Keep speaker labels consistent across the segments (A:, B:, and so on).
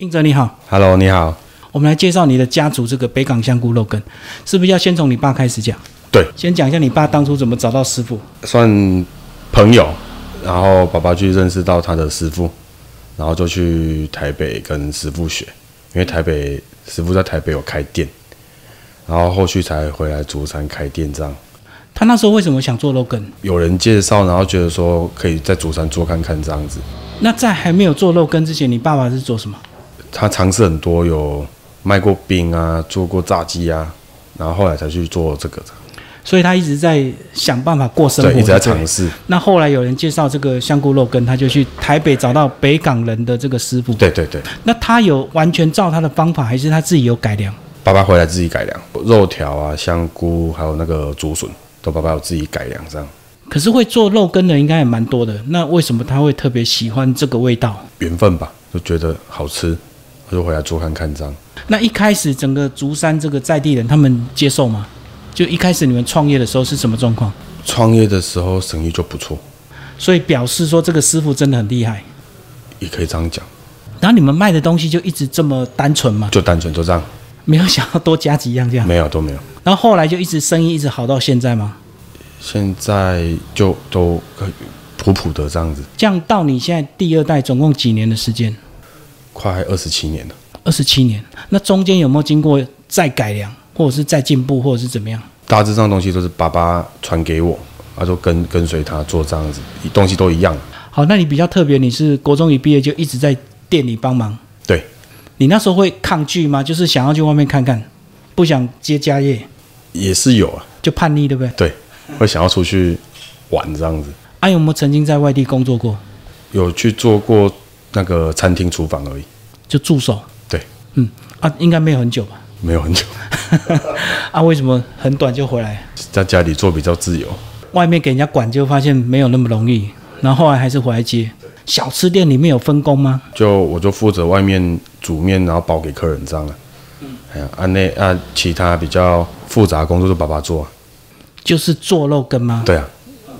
A: 应哲你好，
B: Hello，你好。
A: 我们来介绍你的家族这个北港香菇肉羹，是不是要先从你爸开始讲？
B: 对，
A: 先讲一下你爸当初怎么找到师傅。
B: 算朋友，然后爸爸去认识到他的师傅，然后就去台北跟师傅学，因为台北师傅在台北有开店，然后后续才回来竹山开店这样。
A: 他那时候为什么想做肉羹？
B: 有人介绍，然后觉得说可以在竹山做看看这样子。
A: 那在还没有做肉羹之前，你爸爸是做什么？
B: 他尝试很多，有卖过冰啊，做过炸鸡啊，然后后来才去做这个，
A: 所以他一直在想办法过生活。
B: 对，一直
A: 对
B: 在
A: 不对
B: 尝试。
A: 那后来有人介绍这个香菇肉羹，他就去台北找到北港人的这个师傅。
B: 对对对。
A: 那他有完全照他的方法，还是他自己有改良？
B: 爸爸回来自己改良，肉条啊、香菇还有那个竹笋，都爸爸有自己改良这样。
A: 可是会做肉羹的应该也蛮多的，那为什么他会特别喜欢这个味道？
B: 缘分吧，就觉得好吃，我就回来做看看这样。
A: 那一开始整个竹山这个在地人他们接受吗？就一开始你们创业的时候是什么状况？
B: 创业的时候生意就不错，
A: 所以表示说这个师傅真的很厉害。
B: 也可以这样讲，
A: 然后你们卖的东西就一直这么单纯嘛，
B: 就单纯就这样，
A: 没有想要多加几样这样。
B: 没有都没有。
A: 然后后来就一直生意一直好到现在吗？
B: 现在就都可以普普的这样子，
A: 这样到你现在第二代总共几年的时间？
B: 快二十七年了。
A: 二十七年。那中间有没有经过再改良，或者是再进步，或者是怎么样？
B: 大致上东西都是爸爸传给我，啊，就跟跟随他做这样子，东西都一样。
A: 好，那你比较特别，你是国中一毕业就一直在店里帮忙。
B: 对，
A: 你那时候会抗拒吗？就是想要去外面看看，不想接家业，
B: 也是有啊，
A: 就叛逆，对不对？
B: 对，会想要出去玩这样子。
A: 啊，有没有曾经在外地工作过？
B: 有去做过那个餐厅厨房而已，
A: 就助手？
B: 对，
A: 嗯，啊，应该没有很久吧？
B: 没有很久，
A: 啊，为什么很短就回来？
B: 在家里做比较自由。
A: 外面给人家管就发现没有那么容易，然后后来还是回来接。小吃店里面有分工吗？
B: 就我就负责外面煮面，然后包给客人这样了。哎呀，啊那啊其他比较复杂的工作就爸爸做、啊，
A: 就是做肉羹吗？
B: 对啊，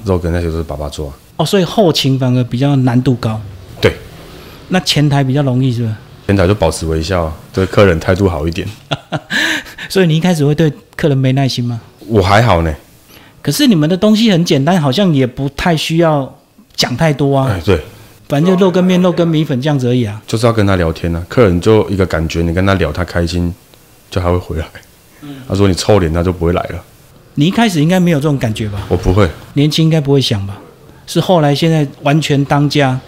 B: 肉跟那些都是爸爸做、啊，
A: 哦，所以后勤反而比较难度高，
B: 对，
A: 那前台比较容易是吧？
B: 现在就保持微笑，啊对客人态度好一点。
A: 所以你一开始会对客人没耐心吗？
B: 我还好呢，
A: 可是你们的东西很简单，好像也不太需要讲太多啊。
B: 哎对，
A: 反正就肉跟面、肉跟米粉这样子而已啊。
B: 就是要跟他聊天啊，客人就一个感觉，你跟他聊他开心，就他会回来。他说你臭脸他就不会来了，
A: 你一开始应该没有这种感觉吧？
B: 我不会，
A: 年轻应该不会想吧？是后来现在完全当家，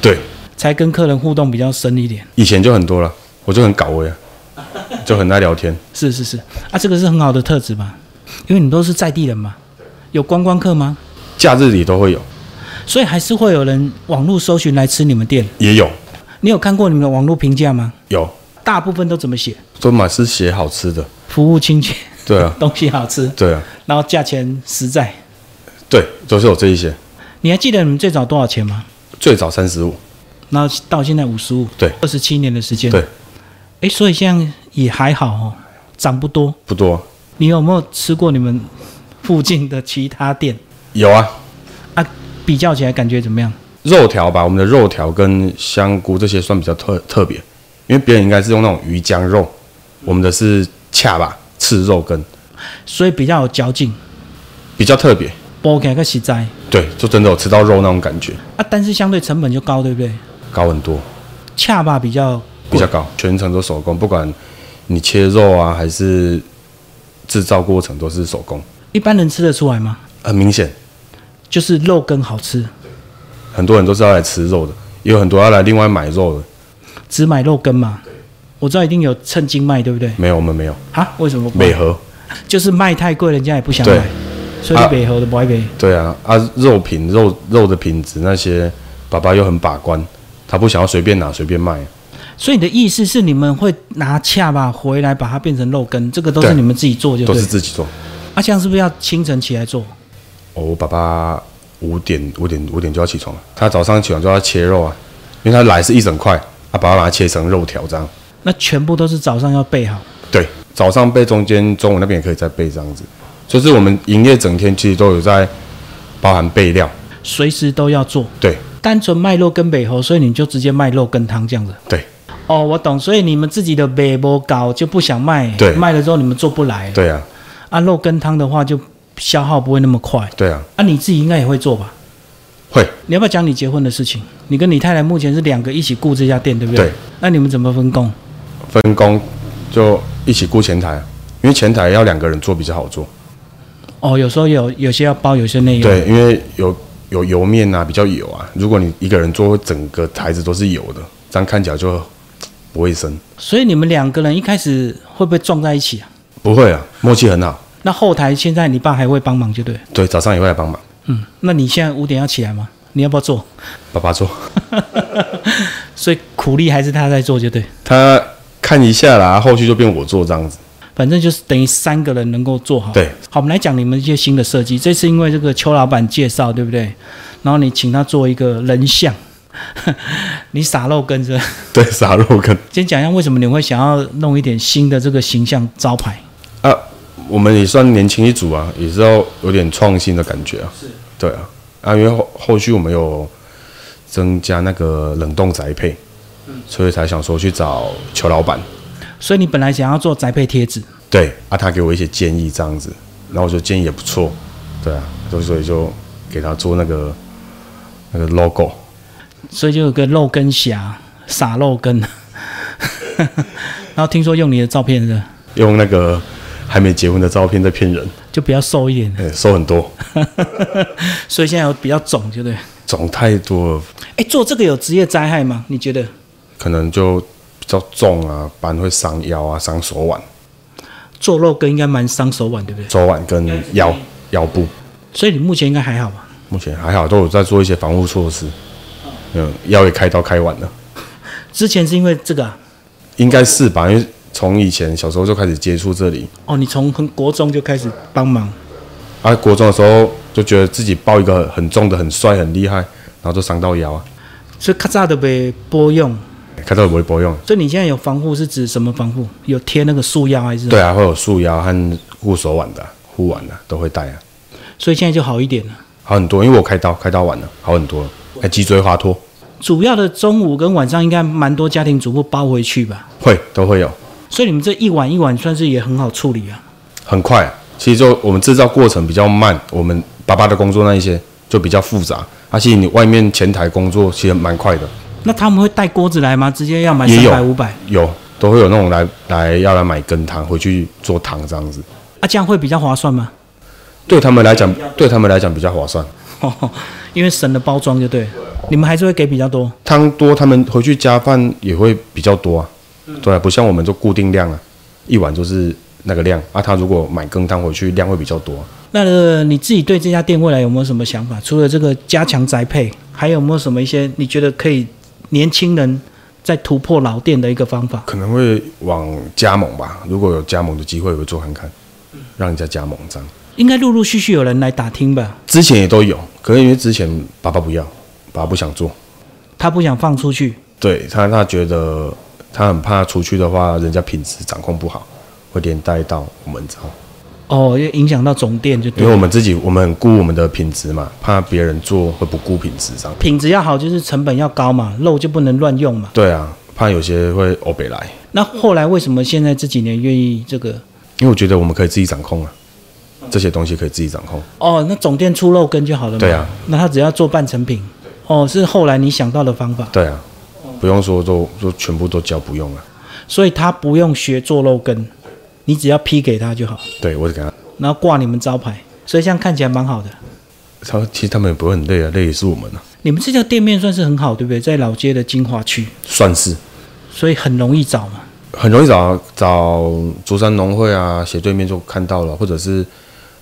B: 对，
A: 才跟客人互动比较深一点。
B: 以前就很多了，我就很搞味啊，就很爱聊天。
A: 是是是，啊，这个是很好的特质吧？因为你都是在地人嘛，有观光客吗？
B: 假日里都会有，
A: 所以还是会有人网络搜寻来吃你们店。
B: 也有
A: 你有看过你们的网络评价吗？
B: 有，
A: 大部分都怎么写？
B: 都满是写好吃的。
A: 服务亲切，
B: 对 啊，
A: 东西好吃，
B: 对啊，
A: 然后价钱实在。
B: 对，就是有这一些。
A: 你还记得你们最早多少钱吗？
B: 最早三十五，
A: 然后到现在五十五，
B: 对
A: 二十七年的时间，
B: 对，
A: 哎，所以现在也还好哦，涨不多。
B: 不多。
A: 你有没有吃过你们附近的其他店
B: 有啊，
A: 啊？比较起来感觉怎么样？
B: 肉条吧，我们的肉条跟香菇这些算比较特特别，因为别人应该是用那种鱼浆肉，我们的是恰吧，赤肉羹，
A: 所以比较有嚼劲，
B: 比较特别。
A: 包起来个实在
B: 对，就真的有吃到肉那种感觉，
A: 啊，但是相对成本就高，对不对？
B: 高很多，
A: 恰吧比较
B: 比
A: 贵
B: 较高，全程都手工，不管你切肉啊还是制造过程都是手工，
A: 一般人吃得出来吗？
B: 很明显。
A: 就是肉羹好吃，
B: 很多人都是要来吃肉的，也有很多要来另外买肉的。
A: 只买肉羹嘛。我知道一定有称斤卖，对不对？
B: 没有，我们没有
A: 啊？为什么不
B: 美和。
A: 就是卖太贵，人家也不想
B: 对
A: 买，所以
B: 啊
A: 北河的不爱北。
B: 对啊，啊，肉品肉肉的品质那些，爸爸又很把关，他不想要随便拿随便卖。
A: 所以你的意思是你们会拿恰吧回来把它变成肉羹，这个都是
B: 对
A: 你们自己做就
B: 都
A: 对
B: 是
A: 了。
B: 自己做。
A: 啊，这样是不是要清晨起来做？
B: 哦，我爸爸五点五点五点就要起床了，他早上起床就要切肉啊，因为他来是一整块，啊，爸爸把它切成肉条这样。
A: 那全部都是早上要备好。
B: 对，早上备，中间中午那边也可以再备这样子，就是我们营业整天其实都有在包含备料。
A: 随时都要做，
B: 对
A: 单纯卖肉跟北猴，所以你就直接卖肉跟汤这样子。
B: 对，
A: 哦，我懂，所以你们自己的尾波高就不想卖，
B: 对
A: 卖了之后你们做不来，
B: 对啊，
A: 啊，肉羹汤的话就消耗不会那么快，
B: 对啊，
A: 啊，你自己应该也会做吧？
B: 会，
A: 你要不要讲你结婚的事情？你跟你太太目前是两个一起雇这家店，对不对？
B: 对。
A: 那你们怎么分工？
B: 分工就一起顾前台，啊因为前台要两个人做比较好做。
A: 哦，有时候有有些要包，有些内用。。
B: 对，因为有有油面啊，比较油啊。如果你一个人做，整个台子都是油的，这样看起来就不卫生。
A: 所以你们两个人一开始会不会撞在一起啊？
B: 不会啊，默契很好。
A: 那后台现在你爸还会帮忙，就对了。
B: 对，早上也会来帮忙，
A: 嗯，那你现在五点要起来吗？你要不要做？
B: 爸爸做，
A: 所以苦力还是他在做，就对。
B: 他看一下啦，后续就变我做这样子。
A: 反正就是等于三个人能够做好。
B: 对，
A: 好，我们来讲你们一些新的设计。这次因为这个邱老板介绍，对不对？然后你请他做一个人像， 你撒肉跟着。
B: 对，傻肉羹
A: 先讲一下为什么你会想要弄一点新的这个形象招牌。
B: 啊，我们也算年轻一组啊，也是要有点创新的感觉啊。是，对啊，啊，因为后后续我们有增加那个冷冻宅配，所以才想说去找邱老板。
A: 所以你本来想要做宅配贴纸，
B: 对啊，他给我一些建议这样子，然后我觉得建议也不错，对啊，就所以就给他做那个那个 logo，
A: 所以就有个肉根侠撒肉根， 然后听说用你的照片的，
B: 用那个还没结婚的照片在骗人，
A: 就比较瘦一点，
B: 哎、瘦很多，
A: 所以现在有比较肿，就对。
B: 肿太多了，
A: 哎，做这个有职业灾害吗？你觉得？
B: 可能就比较重啊，不然会伤腰啊，伤手腕、
A: 做肉羹应该蛮伤手腕，对不对？
B: 手腕跟腰腰部。
A: 所以你目前应该还好吧？
B: 目前还好，都有在做一些防护措施，嗯，腰也开刀开完了，
A: 之前是因为这个、啊、
B: 应该是吧？因为从以前小时候就开始接触这里，
A: 哦，你从很国中就开始帮忙，
B: 啊，国中的时候就觉得自己抱一个很重的、很帅、很厉害，然后就伤到腰啊，
A: 所以咔嚓的被拨用。
B: 看到也不会不用。
A: 所以你现在有防护是指什么防护？有贴那个束腰还是？
B: 对。啊，会有束腰和护手腕的啊、护腕的啊都会带啊，
A: 所以现在就好一点了。
B: 好很多。因为我开刀，开刀完了，好很多了。哎，脊椎滑脱
A: 主要的中午跟晚上应该蛮多家庭主妇包回去吧，
B: 会都会有，
A: 所以你们这一碗一碗算是也很好处理啊。
B: 很快啊、其实就我们制造过程比较慢，我们爸爸的工作那一些就比较复杂。而、且你外面前台工作其实蛮快的，
A: 那他们会带锅子来吗？直接要买
B: 也
A: 三
B: 有
A: 百五百
B: 有都会有那种来来要来买羹汤回去做汤这样子，
A: 啊，这样会比较划算吗？
B: 对他们来讲，对他们来讲比较划算。
A: 哦，因为省了包装就对了，你们还是会给比较多。
B: 汤多，他们回去加饭也会比较多啊。对啊，不像我们就固定量啊，一碗就是那个量啊。他如果买羹汤回去，量会比较多啊、
A: 那呃你自己对这家店未来有没有什么想法？除了这个加强宅配，还有没有什么一些你觉得可以年轻人在突破老店的一个方法？
B: 可能会往加盟吧。如果有加盟的机会，我会做看看，让人家加盟这样。
A: 应该陆陆续续有人来打听吧？
B: 之前也都有，可是因为之前爸爸不要，爸爸不想做，
A: 他不想放出去，
B: 对他他觉得他很怕出去的话，人家品质掌控不好，会连带到我们这样。
A: 哦，也影响到总店就对
B: 因为
A: 了。
B: 我们自己我们很顾我们的品质嘛，怕别人做会不顾品质这样。
A: 品质要好，就是成本要高嘛，肉就不能乱用嘛。
B: 对啊，怕有些会欧北来，
A: 那后来为什么现在这几年愿意这个？
B: 因为我觉得我们可以自己掌控啊，这些东西可以自己掌控。
A: 哦，那总店出肉羹就好了嘛。
B: 对啊，
A: 那他只要做半成品。哦，是后来你想到的方法，
B: 对啊，不用说都都全部都教不用啊。
A: 所以他不用学做肉羹，你只要批给他就好。
B: 对我只给他，
A: 然后挂你们招牌，所以这样看起来蛮好的。
B: 他其实他们也不会很累啊，累也是我们啊，
A: 你们这家店面算是很好，对不对？在老街的精华区，
B: 算是
A: 所以很容易找嘛。
B: 很容易找找竹山农会啊，斜对面就看到了，或者是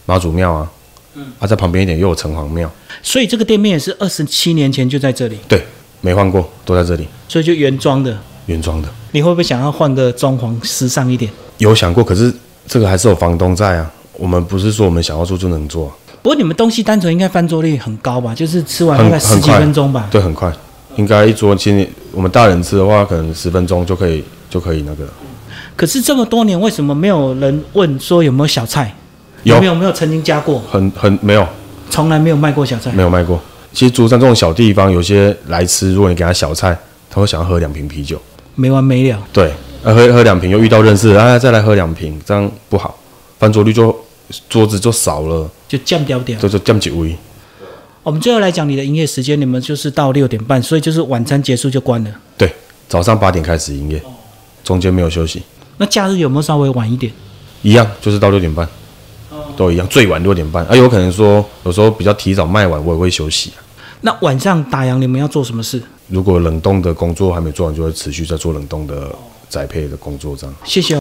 B: 妈祖庙啊，
A: 嗯
B: 啊在旁边一点又有城隍庙，
A: 所以这个店面也是二十七年前就在这里，
B: 对，没换过，都在这里
A: 所以就原装的。
B: 原装的。
A: 你会不会想要换个装潢时尚一点？
B: 有想过，可是这个还是有房东在啊，我们不是说我们想要做就能做啊、
A: 不过你们东西单纯应该翻桌率很高吧？就是吃完
B: 很
A: 大概十
B: 很
A: 几
B: 快啊
A: 分钟吧。
B: 对，很快，应该一桌，其实我们大人吃的话，可能十分钟就可以就可以那个了。
A: 可是这么多年，为什么没有人问说有没有小菜？
B: 有
A: 没有没有曾经加过？
B: 很很没有
A: 从来没有卖过小菜。
B: 没有卖过。其实竹山这种小地方，有些来吃，如果你给他小菜，他会想要喝两瓶啤酒。
A: 没完没了。
B: 对，呃、喝喝两瓶又遇到认识的，啊，再来喝两瓶，这样不好，翻桌率就桌子就少了，
A: 就降掉掉。
B: 就就降几位。
A: 我们最后来讲你的营业时间，你们就是到六点半，所以就是晚餐结束就关了。
B: 对，早上八点开始营业，中间没有休息，
A: 那假日有没有稍微晚一点？
B: 一样就是到六点半，都一样，最晚六点半。啊，有可能说有时候比较提早卖完，我也会休息、啊。
A: 那晚上打烊你们要做什么事？
B: 如果冷冻的工作还没做完，就会持续在做冷冻的宅配的工作，这样。
A: 谢谢。哦